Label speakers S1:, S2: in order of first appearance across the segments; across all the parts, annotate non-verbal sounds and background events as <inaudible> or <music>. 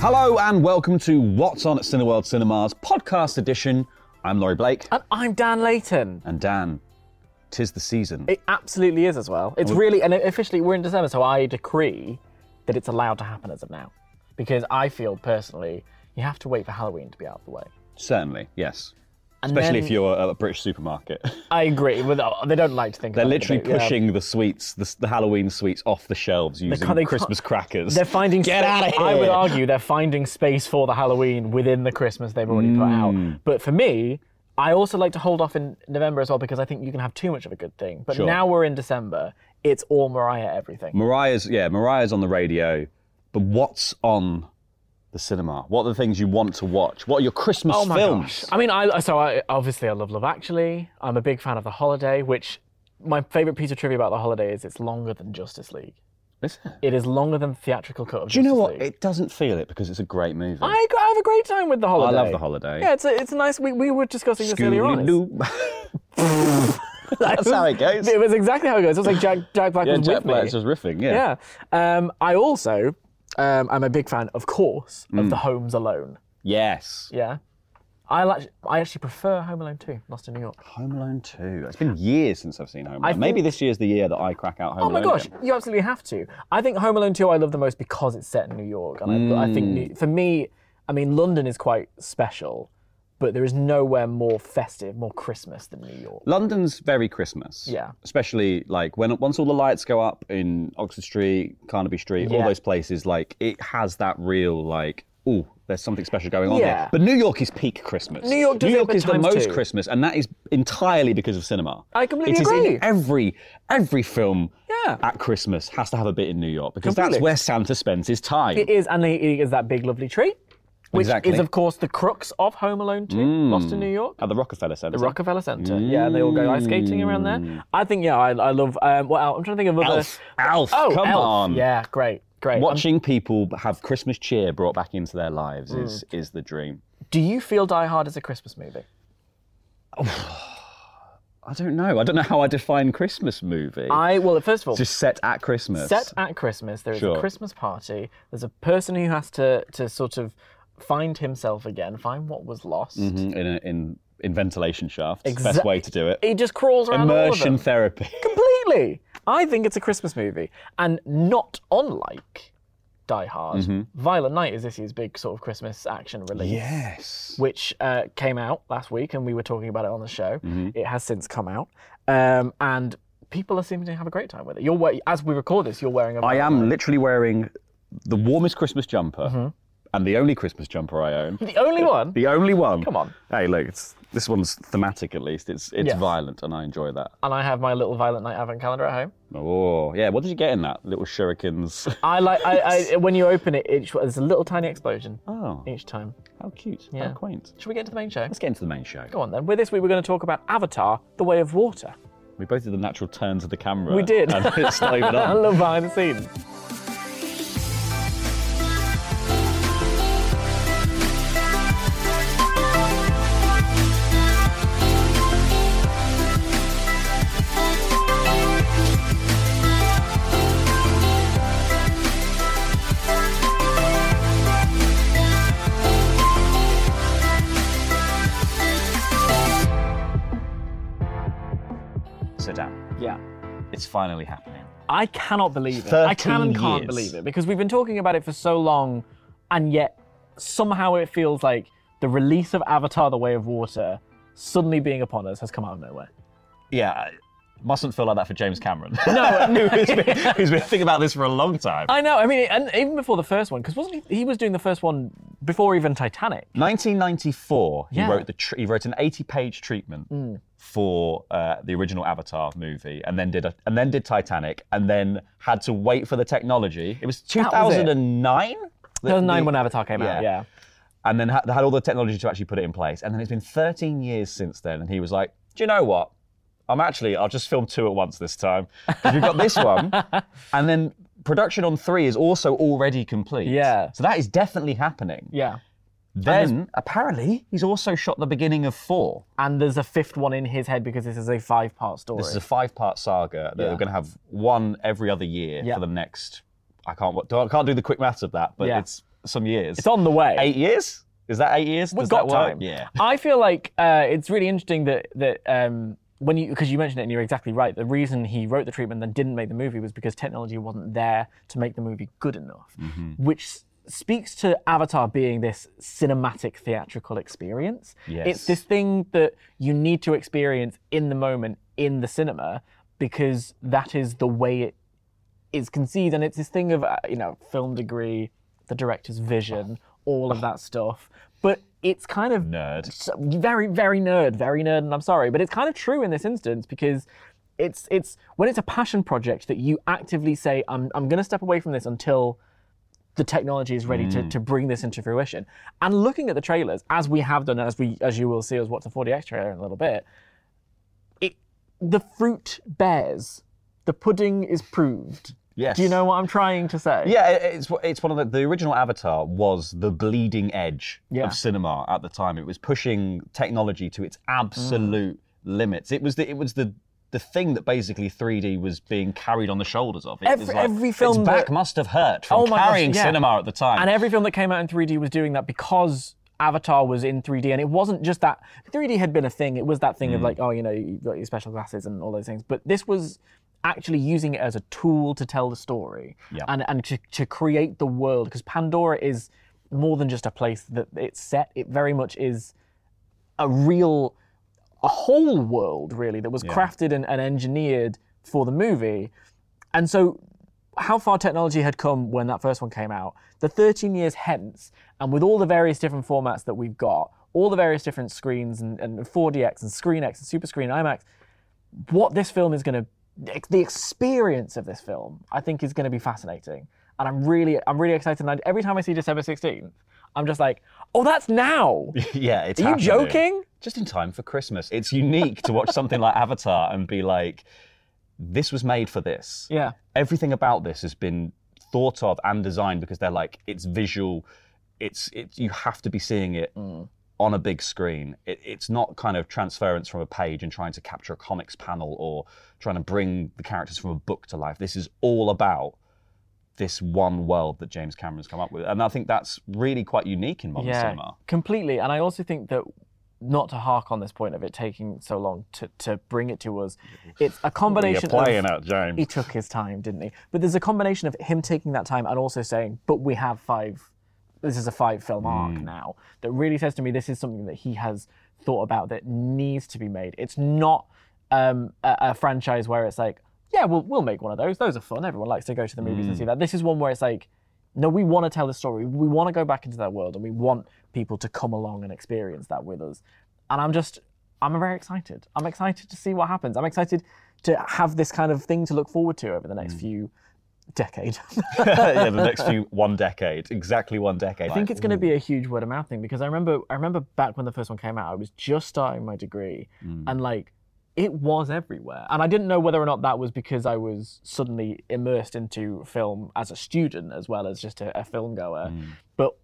S1: Hello and welcome to What's On at Cineworld Cinemas podcast edition. I'm Laurie Blake
S2: And I'm Dan Layton.
S1: and Dan. Tis the season.
S2: It absolutely is as well. It's really, and officially we're in December, so I decree that it's allowed to happen as of now. Because I feel personally, you have to wait for Halloween to be out of the way.
S1: Certainly, yes.
S2: And
S1: Especially
S2: then-
S1: if you're at a British supermarket.
S2: I agree. With, oh, they don't like to think
S1: They're
S2: about it,
S1: literally
S2: but, yeah.
S1: pushing the sweets, the, the Halloween sweets, off the shelves using
S2: can't- they
S1: Christmas
S2: can't-
S1: crackers.
S2: They're finding
S1: Get
S2: spa-
S1: out of here!
S2: I would argue they're finding space for the Halloween within the Christmas they've already put
S1: Mm.
S2: out. But for me, I also like to hold off in November as well because I think you can have too much of a good thing. But
S1: Sure.
S2: now we're in December, it's all Mariah everything.
S1: Mariah's yeah, Mariah's on the radio, but what's on the cinema? What are the things you want to watch? What are your Christmas
S2: Oh my
S1: films?
S2: gosh. I mean, I so I obviously I love Love Actually. I'm a big fan of The Holiday, which my favorite piece of trivia about The Holiday is it's longer than Justice League.
S1: Is it?
S2: It is longer than the theatrical cut of
S1: Do you know
S2: Justice
S1: what?
S2: League.
S1: It doesn't feel it because it's a great movie.
S2: I, I have a great time with The Holiday.
S1: love The Holiday.
S2: Yeah, it's a, it's a nice. We, we were discussing this earlier on. <laughs> It's-
S1: Scooby-Doo. <laughs> That's how it goes.
S2: It was exactly how it goes. It was like Jack Jack Black
S1: Yeah,
S2: was
S1: Jack
S2: with me.
S1: Black's just riffing. Yeah.
S2: Yeah. Um, I also um, I'm a big fan, of course, of
S1: Mm.
S2: The Homes Alone.
S1: Yes.
S2: Yeah. I like. I actually prefer Home Alone 2, Lost in New York.
S1: Home Alone 2. It's been years since I've seen Home Alone.
S2: think-
S1: Maybe this year's the year that I crack out Home
S2: Oh
S1: Alone.
S2: my gosh,
S1: again.
S2: you absolutely have to. I think Home Alone 2 I love the most because it's set in New York. And I, I think,
S1: Mm.
S2: New, for me, I mean, London is quite special, but there is nowhere more festive, more Christmas than New York.
S1: London's very Christmas.
S2: Yeah.
S1: Especially like when once all the lights go up in Oxford Street, Carnaby Street, all
S2: Yeah.
S1: those places, like it has that real like, oh, there's something special going on
S2: Yeah.
S1: here. But New York is peak Christmas.
S2: New York does
S1: New
S2: it,
S1: York
S2: but
S1: is the
S2: times
S1: most
S2: two.
S1: Christmas, and that is entirely because of cinema.
S2: I completely
S1: It is
S2: agree.
S1: in every every film
S2: Yeah.
S1: at Christmas has to have a bit in New York because that's
S2: Completely.
S1: where Santa spends his time.
S2: It is, and it is that big, lovely tree, which
S1: Exactly. Mm.
S2: is, of course, the crux of Home Alone 2, Lost in New York.
S1: At the Rockefeller Center.
S2: The Rockefeller Center. Yeah, they all go ice skating around
S1: Mm.
S2: there. I think, yeah, I, I love. Um, what else? I'm trying to think of other.
S1: Alf. Alf.
S2: Oh,
S1: come
S2: Elf.
S1: on.
S2: Yeah, great, great. Um,
S1: Watching people have Christmas cheer brought back into their lives is is the dream.
S2: do you feel Die Hard is a Christmas movie?
S1: I don't know. I don't know how I define Christmas movie.
S2: I well, first of all,
S1: Just set at Christmas.
S2: set at Christmas. There is
S1: Sure.
S2: a Christmas party. There's a person who has to to sort of find himself again, find what was lost.
S1: Mhm, in, a, in in ventilation shafts. Best
S2: Exact-
S1: way to do it.
S2: He just crawls around all
S1: Immersion
S2: of them.
S1: <laughs> therapy.
S2: completely. I think it's a Christmas movie, and not unlike Die Hard. Violent Night is this year's big sort of Christmas action release.
S1: Mm-hmm. yes.
S2: Which uh, came out last week, and we were talking about it on the show.
S1: Mm-hmm.
S2: It has since come out, um, and people are seeming to have a great time with it. You're we- as we record this, you're wearing a.
S1: I am literally wearing the warmest Christmas jumper and the only Christmas jumper I own.
S2: the only one.
S1: Mm-hmm. The only one.
S2: Come on.
S1: Hey, look, it's, this one's thematic at least. It's it's
S2: Yes.
S1: violent, and I enjoy that.
S2: and I have my little Violent Night advent calendar at home.
S1: Oh, yeah. What did you get in that little
S2: <laughs>
S1: shurikens?
S2: I like I, I when you open it, each, there's a little tiny explosion
S1: Oh,
S2: each time.
S1: how cute. How
S2: Yeah.
S1: quaint.
S2: Should we get into the main show?
S1: Let's get into the main show.
S2: Go on then. With this week, we're going to talk about Avatar: The Way of Water.
S1: We both did the natural turns of the camera.
S2: We did.
S1: And it's not
S2: <laughs>
S1: even
S2: I
S1: on.
S2: love behind the scenes.
S1: Sit down.
S2: Yeah.
S1: It's finally happening.
S2: I cannot believe it. I can
S1: 13
S2: and can't
S1: years.
S2: believe it because we've been talking about it for so long, and yet somehow it feels like the release of Avatar: The Way of Water suddenly being upon us has come out of nowhere.
S1: Yeah. I- Mustn't feel like that for James Cameron. No, who's, <laughs> been, who's been thinking about this for a long time.
S2: I know. I mean, and even before the first one, because wasn't he, he was doing the first one before even Titanic?
S1: 1994,
S2: Yeah. Hmm.
S1: he wrote the tr- he wrote an 80-page treatment for uh, the original Avatar movie, and then did a, and then did Titanic, and then had to wait for the technology. It was
S2: That was it.
S1: 2009. The-
S2: 2009
S1: the-
S2: when Avatar came
S1: yeah.
S2: out. Yeah.
S1: and then ha- had all the technology to actually put it in place. And then it's been 13 years since then, and he was like, "Do you know what? I'm actually I'll just film two at once this time. 'Cause We've got this
S2: <laughs>
S1: one, and then production on three is also already complete.
S2: Yeah.
S1: so that is definitely happening.
S2: Yeah.
S1: Then apparently he's also shot the beginning of four.
S2: And there's a fifth one in his head because this is a five part story.
S1: This is a five-part saga that we are
S2: Yeah.
S1: going to have one every other year
S2: Yeah.
S1: for the next. I can't. wa- don't- I can't do the quick maths of that, but
S2: Yeah.
S1: it's some years.
S2: It's on the way.
S1: eight years? Is that eight years?
S2: We've
S1: Does
S2: got
S1: that work?
S2: time.
S1: Yeah.
S2: I feel like uh, it's really interesting that that um, when you because you mentioned it and you're exactly right. The reason he wrote the treatment and then didn't make the movie was because technology wasn't there to make the movie good enough, which s- speaks to Avatar being this cinematic theatrical experience. It's
S1: Yes.
S2: this thing that you need to experience in the moment in the cinema because that is the way it is conceived, and it's this thing of uh, you know film degree, the director's vision, all of that stuff. But it's kind of
S1: Nerd.
S2: so- very very nerd very nerd and i'm sorry but it's kind of true in this instance because it's it's when it's a passion project that you actively say i'm, I'm going to step away from this until the technology is ready to, to bring this into fruition and looking at the trailers as we have done as we as you will see as what's a 40x trailer in a little bit it the fruit bears the pudding is proved
S1: Yes.
S2: do you know what i'm trying to say
S1: Yeah, it- it's it's one of the the original Avatar was the bleeding edge
S2: Yeah.
S1: of cinema at the time. It was pushing technology to its absolute limits. It was the it was the the thing that basically 3D was being carried on the shoulders of. It
S2: Every-
S1: was like,
S2: every film
S1: its back
S2: that-
S1: must have hurt from
S2: Oh my gosh,
S1: carrying
S2: yeah.
S1: cinema at the time.
S2: And
S1: <laughs>
S2: every film that came out in 3D was doing that because Avatar was in 3D, and it wasn't just that 3D had been a thing. It was that thing of like, oh, you know, you've got your special glasses and all those things. But this was actually using it as a tool to tell the story
S1: Yeah.
S2: and and to, to create the world because Pandora is more than just a place that it's set. It very much is a real a whole world really that was crafted and, and engineered for the movie and so how far technology had come when that first one came out the 13 years hence and with all the various different formats that we've got all the various different screens and, and 4dx and screenx and super screen imax what this film is going to the experience of this film i think is going to be fascinating and i'm really i'm really excited and I- every time i see december 16th i'm just like oh that's now
S1: yeah, it's
S2: are you
S1: happening.
S2: joking
S1: Just in time for Christmas. It's unique to watch something like Avatar and be like, this was made for this.
S2: yeah
S1: everything about this has been thought of and designed because they're like it's visual it's it, you have to be seeing it
S2: Mm.
S1: on a big screen it, it's not kind of transference from a page and trying to capture a comics panel or trying to bring the characters from a book to life this is all about this one world that james cameron's come up with and i think that's really quite unique in modern cinema
S2: Completely. And I also think that not to hark on this point of it taking so long to, to bring it to us, it's a combination of
S1: out james
S2: <laughs> he took his time, didn't he? But there's a combination of him taking that time and also saying, but we have five this is a five film arc now that really says to me this is something that he has thought about that needs to be made. It's not um, a, a franchise where it's like, yeah, we'll, we'll make one of those. Those are fun. Everyone likes to go to the movies and see that. This is one where it's like, no, we want to tell the story. We want to go back into that world and we want people to come along and experience that with us. And I'm just, I'm very excited. I'm excited to see what happens. I'm excited to have this kind of thing to look forward to over the next few decade.
S1: <laughs>
S2: <laughs>
S1: yeah the next few one decade exactly one decade
S2: I think it's going to be a huge word of mouth thing because I remember I remember back when the first one came out, I was just starting my degree,
S1: Mm.
S2: and like it was everywhere, and I didn't know whether or not that was because I was suddenly immersed into film as a student as well as just a, a film goer,
S1: Mm.
S2: but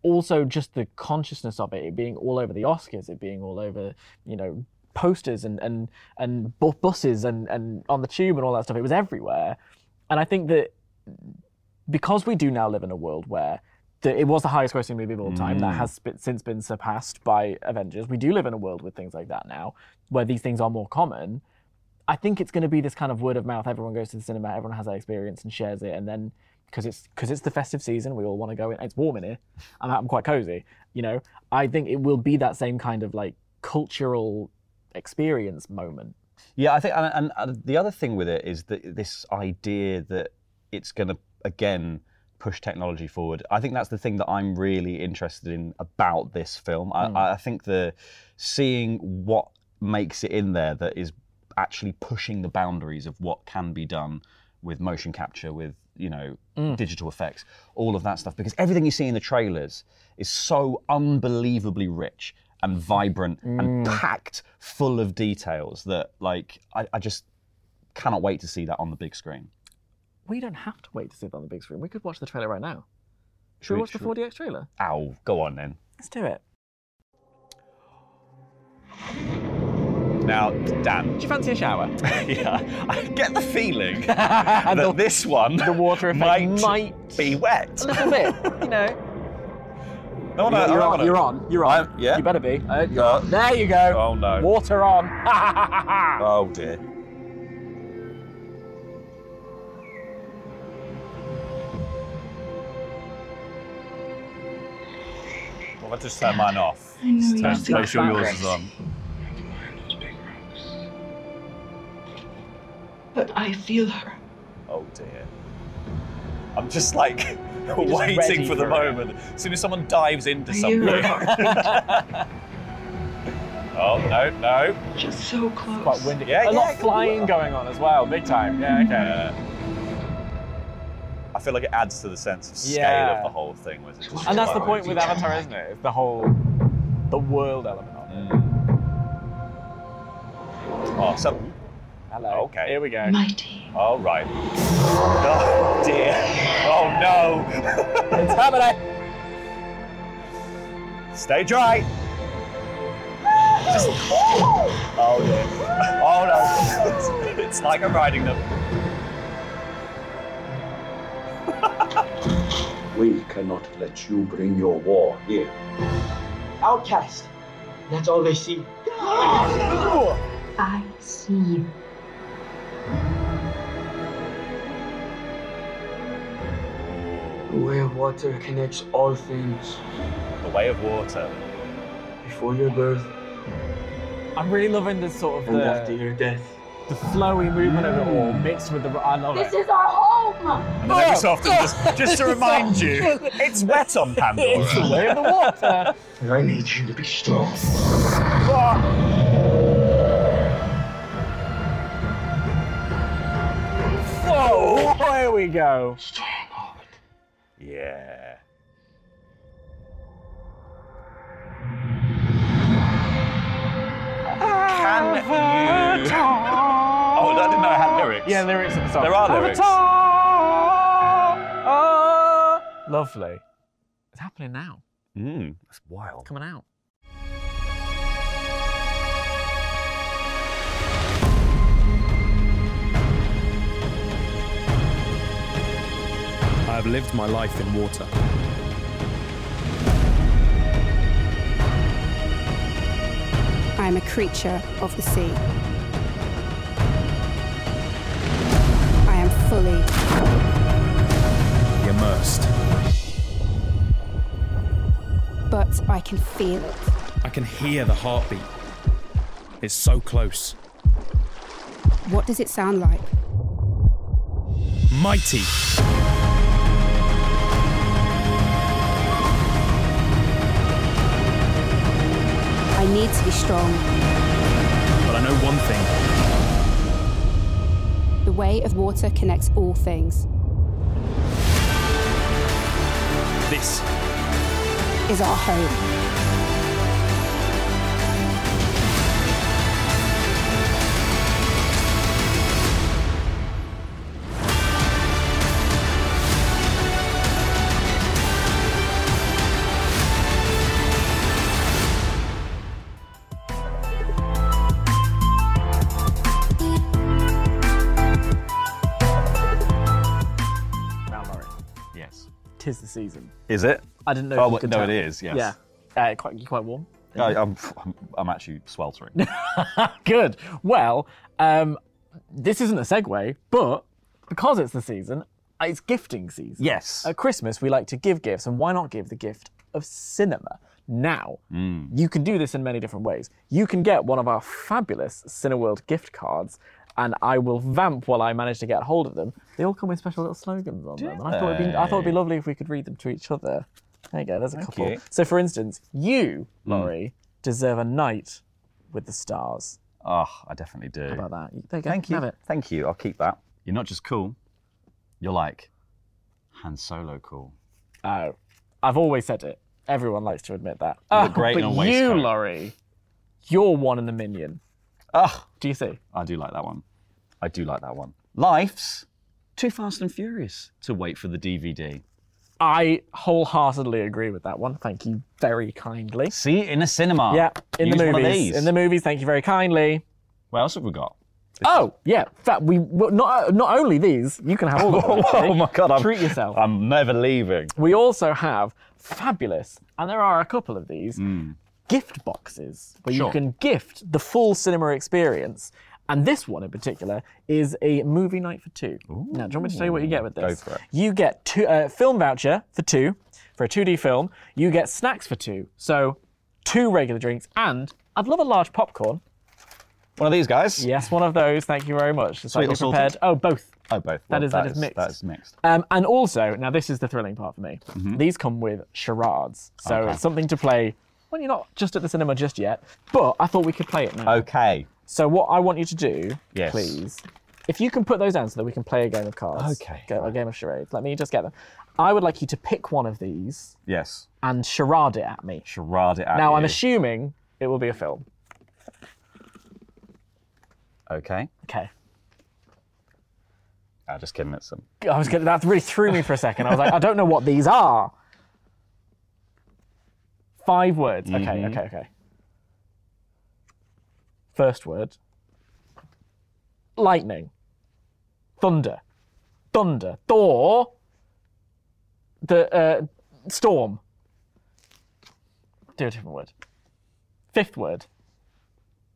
S2: also just the consciousness of it, it being all over the Oscars, it being all over you know posters and and and bu- buses and and on the tube and all that stuff. It was everywhere, and I think that because we do now live in a world where the, it was the highest grossing movie of all time that has sp- since been surpassed by Avengers. We do live in a world with things like that now, where these things are more common. I think it's going to be this kind of word of mouth. Everyone goes to the cinema, everyone has that experience and shares it, and then because it's because it's the festive season, we all want to go in. It's warm in here. I'm, I'm quite cozy, you know. I think it will be that same kind of like cultural experience moment.
S1: Yeah, I think, and, and, and the other thing with it is that this idea that it's going to again push technology forward. I think that's the thing that I'm really interested in about this film. I, I think the seeing what makes it in there that is actually pushing the boundaries of what can be done with motion capture, with you know digital effects, all of that stuff. Because everything you see in the trailers is so unbelievably rich and vibrant and
S2: Mm.
S1: packed full of details that like I, I just cannot wait to see that on the big screen.
S2: We don't have to wait to see it on the big screen. We could watch the trailer right now. Should,
S1: Should
S2: we
S1: we-
S2: watch
S1: should
S2: the
S1: we-
S2: 4DX trailer?
S1: Ow, go on then.
S2: Let's do it.
S1: Now, Dan, <laughs>
S2: Do you fancy a <laughs> shower?
S1: yeah, I get the
S2: <laughs>
S1: feeling that this one
S2: the water effect
S1: might, <laughs>
S2: might-
S1: be wet.
S2: <laughs> a little bit, you know.
S1: No, no, I'm
S2: you're, you're
S1: not
S2: on,
S1: gonna-
S2: you're on. You're on.
S1: I'm- yeah.
S2: You better be. Uh,
S1: Uh,
S2: there you go.
S1: oh, no.
S2: Water on. <laughs>
S1: Oh dear. Well, I just turn mine off.
S3: I know
S1: Just
S3: you
S1: turn-
S3: just
S1: make
S2: got
S1: sure yours
S2: backwards.
S1: is on.
S3: But I feel her.
S1: Oh dear. I'm just like <laughs>
S2: ready
S1: waiting for the
S2: for it.
S1: moment. As soon as someone dives into
S3: I
S1: something.
S3: hear her
S2: <laughs>
S3: heartbeat
S1: oh no, no.
S3: just so close.
S2: Quite windy.
S1: Yeah,
S2: a lot
S1: yeah,
S2: of flying going on as well, big time. Yeah, okay.
S1: Uh, I feel like it adds to the sense of scale
S2: Yeah.
S1: of the whole thing. Was it just
S2: And that's the
S1: like-
S2: point with Avatar, isn't it? It's the whole, the world element of it.
S1: Mm. Oh, so
S2: Hello.
S1: Okay.
S2: Here we go.
S3: Mighty.
S1: All right. Oh dear. Oh no.
S2: It's happening.
S1: Stay dry. Just... Oh dear. Oh no. <laughs> It's like I'm riding
S4: <laughs>
S1: them.
S5: We cannot let you bring your war here.
S4: Outcast. That's all they see.
S3: I see you.
S4: The way of water connects all things.
S1: The way of water.
S4: Before your birth
S2: I'm really loving this sort of
S4: and after
S2: the,
S4: your death.
S2: the flowy movement of it all mixed with the. I love
S6: This
S2: it.
S6: is our home.
S1: And then every so often, just, just <laughs> to remind you, it's wet on
S2: It's the
S1: Pandora.
S2: way of the water.
S4: I need you to be strong.
S2: Whoa! There we go.
S1: Yeah. Can you? Oh, I didn't know I had lyrics.
S2: Yeah, lyrics of the song.
S1: There are lyrics.
S2: Avatar. Ah, lovely. It's happening now.
S1: Mm, that's wild.
S2: Coming out.
S7: I have lived my life in water.
S8: I am a creature of the sea. I am fully
S7: Immersed.
S8: but I can feel it.
S7: I can hear the heartbeat. It's so close.
S8: What does it sound like?
S7: Mighty.
S8: I need to be strong.
S7: But I know one thing
S8: The way of water connects all things.
S7: this
S8: Is our home.
S2: Mount Murray.
S1: Yes.
S2: Tis the season.
S1: Is it?
S2: I didn't know.
S1: Oh,
S2: if you
S1: well,
S2: could
S1: no,
S2: tell.
S1: it is, yes.
S2: Yeah. Uh, quite, quite warm.
S1: I, I'm, I'm, I'm actually sweltering.
S2: Good. Well, um, this isn't a segue, but because it's the season, it's gifting
S1: <laughs>
S2: season.
S1: yes.
S2: At Christmas, we like to give gifts, and why not give the gift of cinema? Now,
S1: Mm.
S2: you can do this in many different ways. You can get one of our fabulous Cineworld gift cards, and I will vamp while I manage to get hold of them. They all come with special little slogans on them, and I thought, it'd be, I thought it'd be lovely if we could read them to each other. There you go, there's a couple.
S1: you. Mm.
S2: So, for instance, you, Laurie, deserve a night with the stars.
S1: Oh, I definitely do.
S2: How about that? There you go.
S1: Thank you.
S2: Have it.
S1: Thank you. I'll keep that. You're not just cool. You're like Han Solo cool.
S2: Oh, I've always said it. Everyone likes to admit that.
S1: You look great
S2: Oh, but
S1: in a
S2: you,
S1: waistcoat.
S2: Laurie, you're one in a million.
S1: Ugh.
S2: Do you see?
S1: I do like that one. Ah. I do like that one. Life's too fast and furious to wait for the DVD.
S2: I wholeheartedly agree with that one. Thank you very kindly.
S1: See it in a cinema.
S2: yeah, in
S1: Use
S2: the
S1: One of
S2: movies.
S1: these.
S2: In the movies, thank you very kindly.
S1: <laughs> what else have we got?
S2: Oh yeah, fact we well, not not only these you can have all of <laughs> them.
S1: oh
S2: actually.
S1: my god! I'm,
S2: treat yourself.
S1: I'm never leaving.
S2: we also have fabulous, and there are a couple of these
S1: Mm.
S2: gift boxes where
S7: Sure.
S2: you can gift the full cinema experience. And this one in particular is a movie night for two. Now, do you want me to tell you what you get with this?
S1: for it.
S2: You get two, uh, film voucher for two for a 2D film. You get snacks for two, so two regular drinks, and I'd love a large popcorn.
S1: One of these guys.
S2: Yes, one of those. Thank you very much. Just
S1: Sweet
S2: like
S1: or
S2: be
S1: salted?
S2: prepared. Oh, both.
S1: Oh, both.
S2: That is- that is mixed.
S1: That is mixed.
S2: Um, and also, now this is the thrilling part for me.
S1: Mm-hmm.
S2: These come with charades, so it's something to play when you're not just at the cinema just yet. But I thought we could play it now.
S1: Okay.
S2: So what I want you to do,
S1: Oh. Yes.
S2: please, if you can put those down so that we can play a game of cards.
S1: Okay,
S2: Go, a game of charades. Let me just get them. I would like you to pick one of these
S1: Yes.
S2: and charade it at me.
S1: Charade it out.
S2: Now I'm
S1: you.
S2: assuming it will be a film.
S1: Okay.
S2: Okay.
S1: I'm just kidding. It's some.
S2: I was gonna, that really threw me for a second. I was like, I don't know what these are. Five words. Okay, okay, okay. First word. Lightning. Thunder. Thunder. Thor. The uh, storm. Do a different word. Fifth word.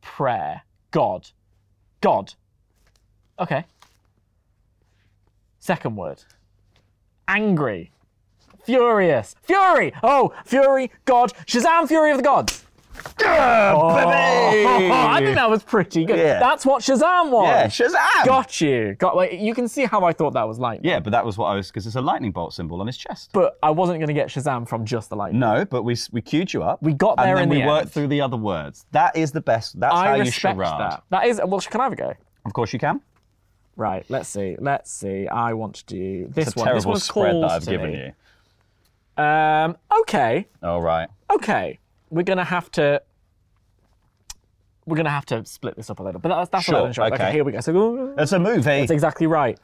S2: Prayer. God. God. Okay. Second word. Angry. Furious. Fury. Oh, Fury, God. Shazam, Fury of the Gods. <laughs> <laughs> Oh, <laughs> I think that was pretty good.
S1: Yeah.
S2: That's what Shazam was.
S1: Yeah, Shazam!
S2: Got you. Got. Wait, you can see how I thought that was lightning.
S1: Yeah, but that was what I was because it's a lightning bolt symbol on his chest.
S2: But I wasn't going to get Shazam from just the lightning.
S1: no, but we s- we queued you up.
S2: We got
S1: and
S2: there
S1: then
S2: in
S1: we
S2: the
S1: worked
S2: end.
S1: through the other words. That is the best. That's
S2: I
S1: how you
S2: respect
S1: charade.
S2: that. That is. Well, can I have a go?
S1: Of course you can.
S2: Right. Let's see. Let's see. I want to do this
S1: It's a
S2: one. this
S1: terrible
S2: one's
S1: spread
S2: calls
S1: that I've
S2: to
S1: given
S2: me.
S1: you.
S2: Um. Okay.
S1: All right.
S2: okay, we're gonna have to. We're gonna have to split this up a little, but that's that's
S1: Sure,
S2: what I'm sure.
S1: okay.
S2: okay, here we go. So
S1: It's a movie.
S2: that's exactly right.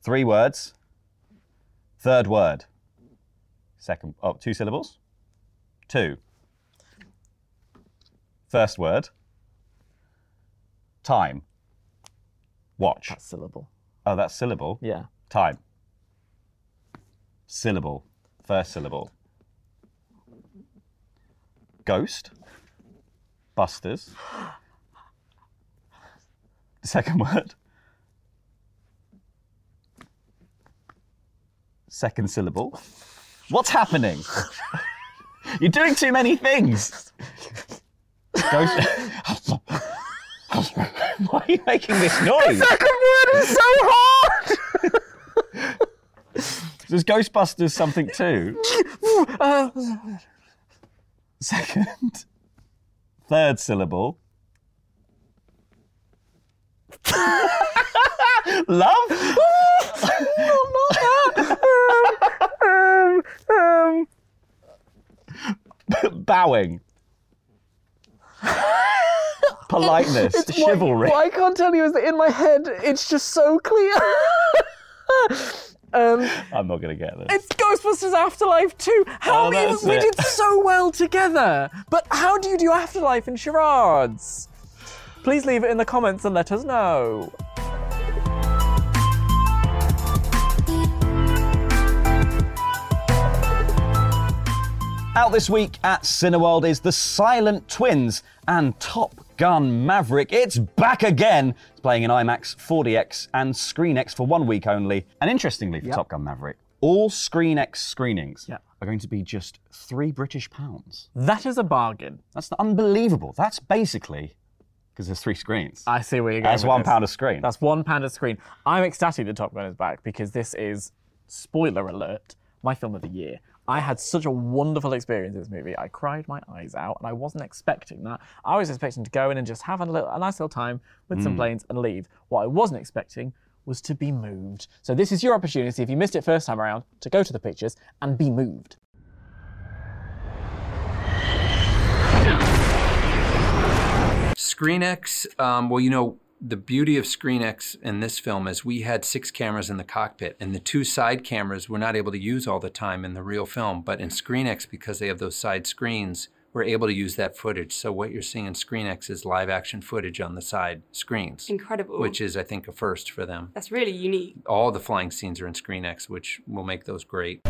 S1: Three words. Third word. Second. Oh, two syllables. Two. First word. Time. Watch.
S2: That's syllable.
S1: Oh, that's syllable.
S2: Yeah.
S1: Time. Syllable. First syllable. Ghost. Busters. Second word. Second syllable. What's happening? You're doing too many things. Ghost. <laughs> Why are you making this noise?
S2: word is so hard.
S1: Does Ghostbusters something too? Second, third syllable. Love? Bowing. Politeness, chivalry.
S2: What I can't tell you is that in my head, it's just so clear. <laughs> um,
S1: I'm not going to get this.
S2: it's Ghostbusters Afterlife too. How
S1: Oh,
S2: many-
S1: that's
S2: we
S1: it.
S2: did so well together. But how do you do Afterlife in charades? Please leave it in the comments and let us know.
S1: Out this week at Cineworld is The Silent Twins and Top Gun Maverick. It's back again. It's playing in IMAX, 4DX, and ScreenX for one week only. And interestingly, for Top Gun Maverick, all ScreenX screenings
S2: Yep.
S1: are going to be just three British pounds.
S2: That is a bargain.
S1: That's unbelievable. That's basically because there's three screens.
S2: I see where you're going.
S1: That's
S2: with
S1: one
S2: this.
S1: pound a screen.
S2: That's one pound a screen. I'm ecstatic that Top Gun is back because this is, spoiler alert, my film of the year. I had such a wonderful experience in this movie. I cried my eyes out, and I wasn't expecting that. I was expecting to go in and just have a, little, a nice little time with some planes and leave. What I wasn't expecting was to be moved. So this is your opportunity, if you missed it first time around, to go to the pictures and be moved.
S6: ScreenX, um, well, you know, the beauty of ScreenX in this film is we had six cameras in the cockpit, and the two side cameras we're not able to use all the time in the real film. But in ScreenX, because they have those side screens, we're able to use that footage. So what you're seeing in ScreenX is live action footage on the side screens,
S9: Incredible.
S6: which is I think a first for them.
S9: That's really unique.
S6: All the flying scenes are in ScreenX, which will make those great.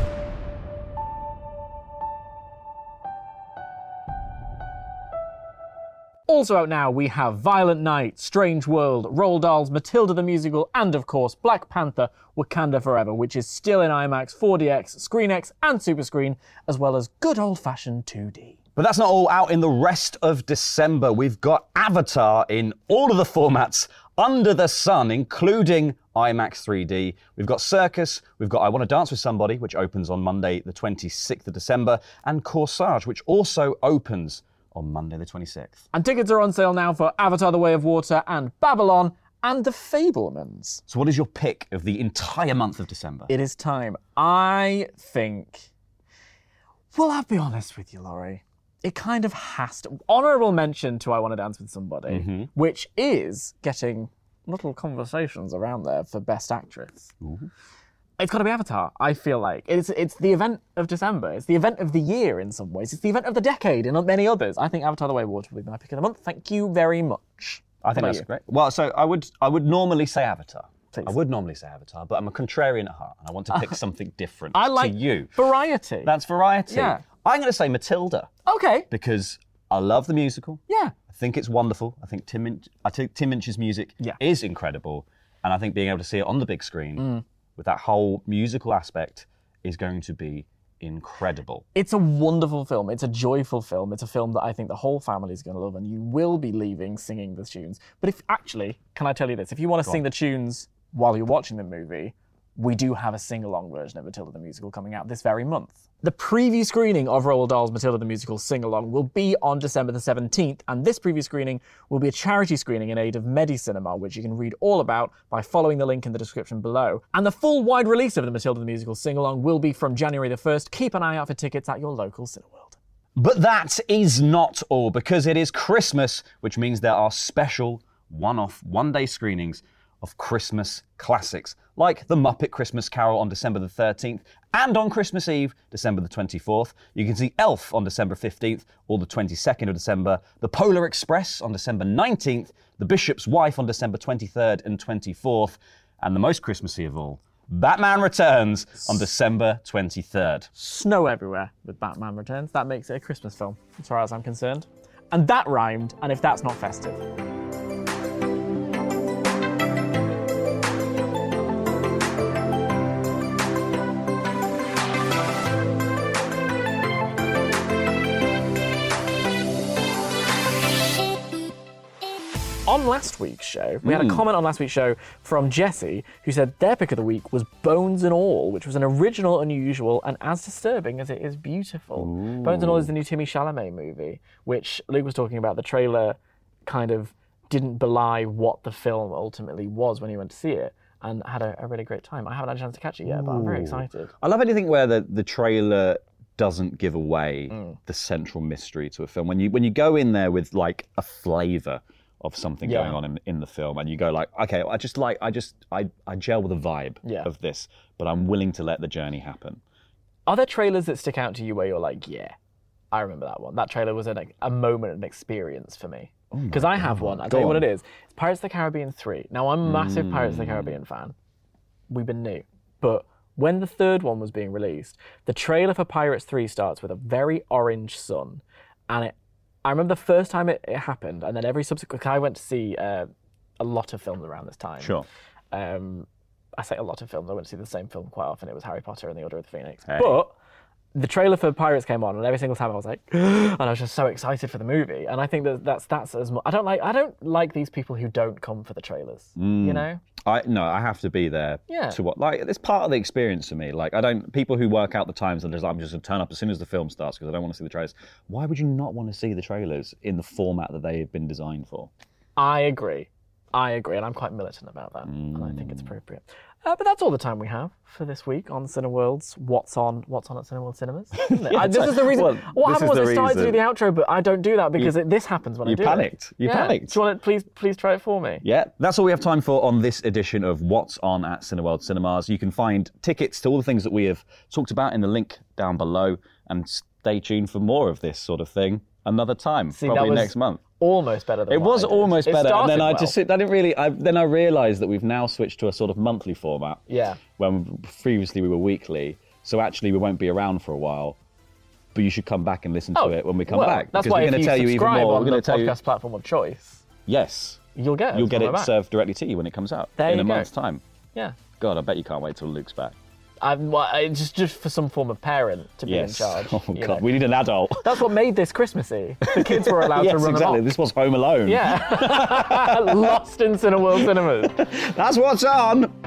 S2: Also out now, we have Violent Night, Strange World, Roll Dolls, Matilda the Musical, and of course, Black Panther Wakanda Forever, which is still in IMAX, 4DX, ScreenX, and Super Screen, as well as good old fashioned 2D.
S1: But that's not all. Out in the rest of December, we've got Avatar in all of the formats under the sun, including IMAX 3D. We've got Circus, we've got I Want to Dance with Somebody, which opens on Monday, the 26th of December, and Corsage, which also opens on Monday, the 26th.
S2: And tickets are on sale now for Avatar The Way of Water and Babylon and The Fablemans.
S1: So, what is your pick of the entire month of December?
S2: It is time. I think. Well, I'll be honest with you, Laurie. It kind of has to. Honorable mention to I Want to Dance with Somebody, which is getting little conversations around there for Best Actress. It's got to be Avatar, I feel like. It's, it's the event of December. It's the event of the year in some ways. It's the event of the decade in many others. I think Avatar The Way of Water will be my pick of the month. Thank you very much.
S1: I think
S2: What about
S1: that's
S2: you?
S1: great. Well, so I would I would normally say Avatar.
S2: Please.
S1: I would normally say Avatar, but I'm a contrarian at heart, and I want to
S2: <laughs>
S1: pick something different
S2: I like
S1: to you.
S2: Variety.
S1: That's variety.
S2: Yeah.
S1: I'm going to say Matilda
S2: okay.
S1: because I love the musical.
S2: Yeah.
S1: I think it's wonderful. I think Tim, Inch, I think Tim Inch's music
S2: Yeah.
S1: is incredible, and I think being able to see it on the big screen
S2: Mm.
S1: with that whole musical aspect is going to be incredible.
S2: It's a wonderful film. It's a joyful film. It's a film that I think the whole family is going to love, and you will be leaving singing the tunes. But if actually, can I tell you this? If you want to sing the tunes while you're watching the movie, we do have a sing along version of Matilda the Musical coming out this very month. The preview screening of Roald Dahl's Matilda the Musical sing along will be on December the 17th, and this preview screening will be a charity screening in aid of MediCinema, which you can read all about by following the link in the description below. And the full wide release of the Matilda the Musical sing along will be from January the 1st. Keep an eye out for tickets at your local Cineworld.
S1: But that is not all because it is Christmas, which means there are special one off, one day screenings of Christmas classics, like The Muppet Christmas Carol on December the 13th and on Christmas Eve, December the 24th. You can see Elf on December 15th or the 22nd of December, The Polar Express on December 19th, The Bishop's Wife on December 23rd and 24th, and the most Christmassy of all, Batman Returns on December 23rd.
S2: Snow everywhere with Batman Returns. That makes it a Christmas film, as far as I'm concerned. And that rhymed, and if that's not festive. On last week's show, we had a comment on last week's show from Jesse, who said their pick of the week was Bones and All, which was an original, unusual, and as disturbing as it is beautiful. Bones and All is the new Timmy Chalamet movie, which Luke was talking about. The trailer kind of didn't belie what the film ultimately was when you went to see it, and had a, a really great time. I haven't had a chance to catch it yet, but I'm very excited.
S1: I love anything where the, the trailer doesn't give away
S2: Mm.
S1: the central mystery to a film. When you when you go in there with like a flavour of something
S2: Yeah.
S1: going on in, in the film and you go like, okay, I just like I just I, I gel with the vibe
S2: Yeah.
S1: of this, but I'm willing to let the journey happen.
S2: Are there trailers that stick out to you where you're like, yeah, I remember that one. That trailer was an, a moment, an experience for me. Because I have one. I'll tell you what it is. It's Pirates of the Caribbean 3. Now, I'm a massive Pirates of the Caribbean fan. We've been new. But when the third one was being released, the trailer for Pirates 3 starts with a very orange sun. And it, I remember the first time it, it happened, and then every subsequent, 'cause I went to see uh, a lot of films around this time.
S1: Sure.
S2: Um, I say a lot of films. I went to see the same film quite often. It was Harry Potter and the Order of the Phoenix.
S1: Hey.
S2: But the trailer for Pirates came on, and every single time I was like, <gasps> and I was just so excited for the movie. And I think that that's that's as much. I don't like I don't like these people who don't come for the trailers. You know?
S1: I no, I have to be there
S2: Yeah.
S1: to what like it's part of the experience for me. Like I don't people who work out the times and just like, I'm just gonna turn up as soon as the film starts because I don't want to see the trailers. Why would you not want to see the trailers in the format that they have been designed for?
S2: I agree. I agree, and I'm quite militant about that, and I think
S1: Mm.
S2: it's appropriate. Uh, but that's all the time we have for this week on Cineworld's What's On, What's On at Cineworld
S1: <laughs>
S2: Cinemas. isn't it? I- this is the reason.
S1: well,
S2: what
S1: this
S2: happened was
S1: is
S2: I
S1: the
S2: started to do the
S1: reason.
S2: outro, but I don't do that because it, this happens when I
S1: you
S2: do it.
S1: panicked. You
S2: Yeah.
S1: panicked.
S2: Do you want to please, please try it for me?
S1: Yeah, that's all we have time for on this edition of What's On at Cineworld Cinemas. You can find tickets to all the things that we have talked about in the link down below and stay tuned for more of this sort of thing. another time,
S2: See, that
S1: probably
S2: was
S1: next month.
S2: almost better than
S1: It
S2: what
S1: was
S2: I did.
S1: almost
S2: It
S1: better, and then
S2: started
S1: I
S2: well.
S1: just I didn't really. I, then I realised that we've now switched to a sort of monthly format.
S2: Yeah.
S1: When previously we were weekly, so actually we won't be around for a while. But you should come back and listen
S2: Oh,
S1: to it when we come
S2: well,
S1: back
S2: That's
S1: because
S2: why
S1: we're
S2: if
S1: going to
S2: you
S1: tell you even
S2: subscribe
S1: more.
S2: on
S1: We're going
S2: the
S1: to tell you
S2: podcast platform of choice.
S1: yes,
S2: You'll get it.
S1: you'll get
S2: when
S1: it
S2: we're back.
S1: served directly to you when it comes out
S2: There
S1: in
S2: you
S1: a
S2: go.
S1: month's time.
S2: Yeah.
S1: God, I bet you can't wait till Luke's back.
S2: I'm well, I- just just for some form of parent to be
S1: Yes. <laughs>
S2: in charge.
S1: Oh
S2: you know.
S1: God, we need an adult.
S2: That's what made this Christmassy. The kids were allowed
S1: <laughs>
S2: to
S1: yes,
S2: run
S1: exactly.
S2: amok.
S1: This was Home Alone.
S2: <laughs> Yeah. Lost in Cineworld cinemas.
S1: That's what's on.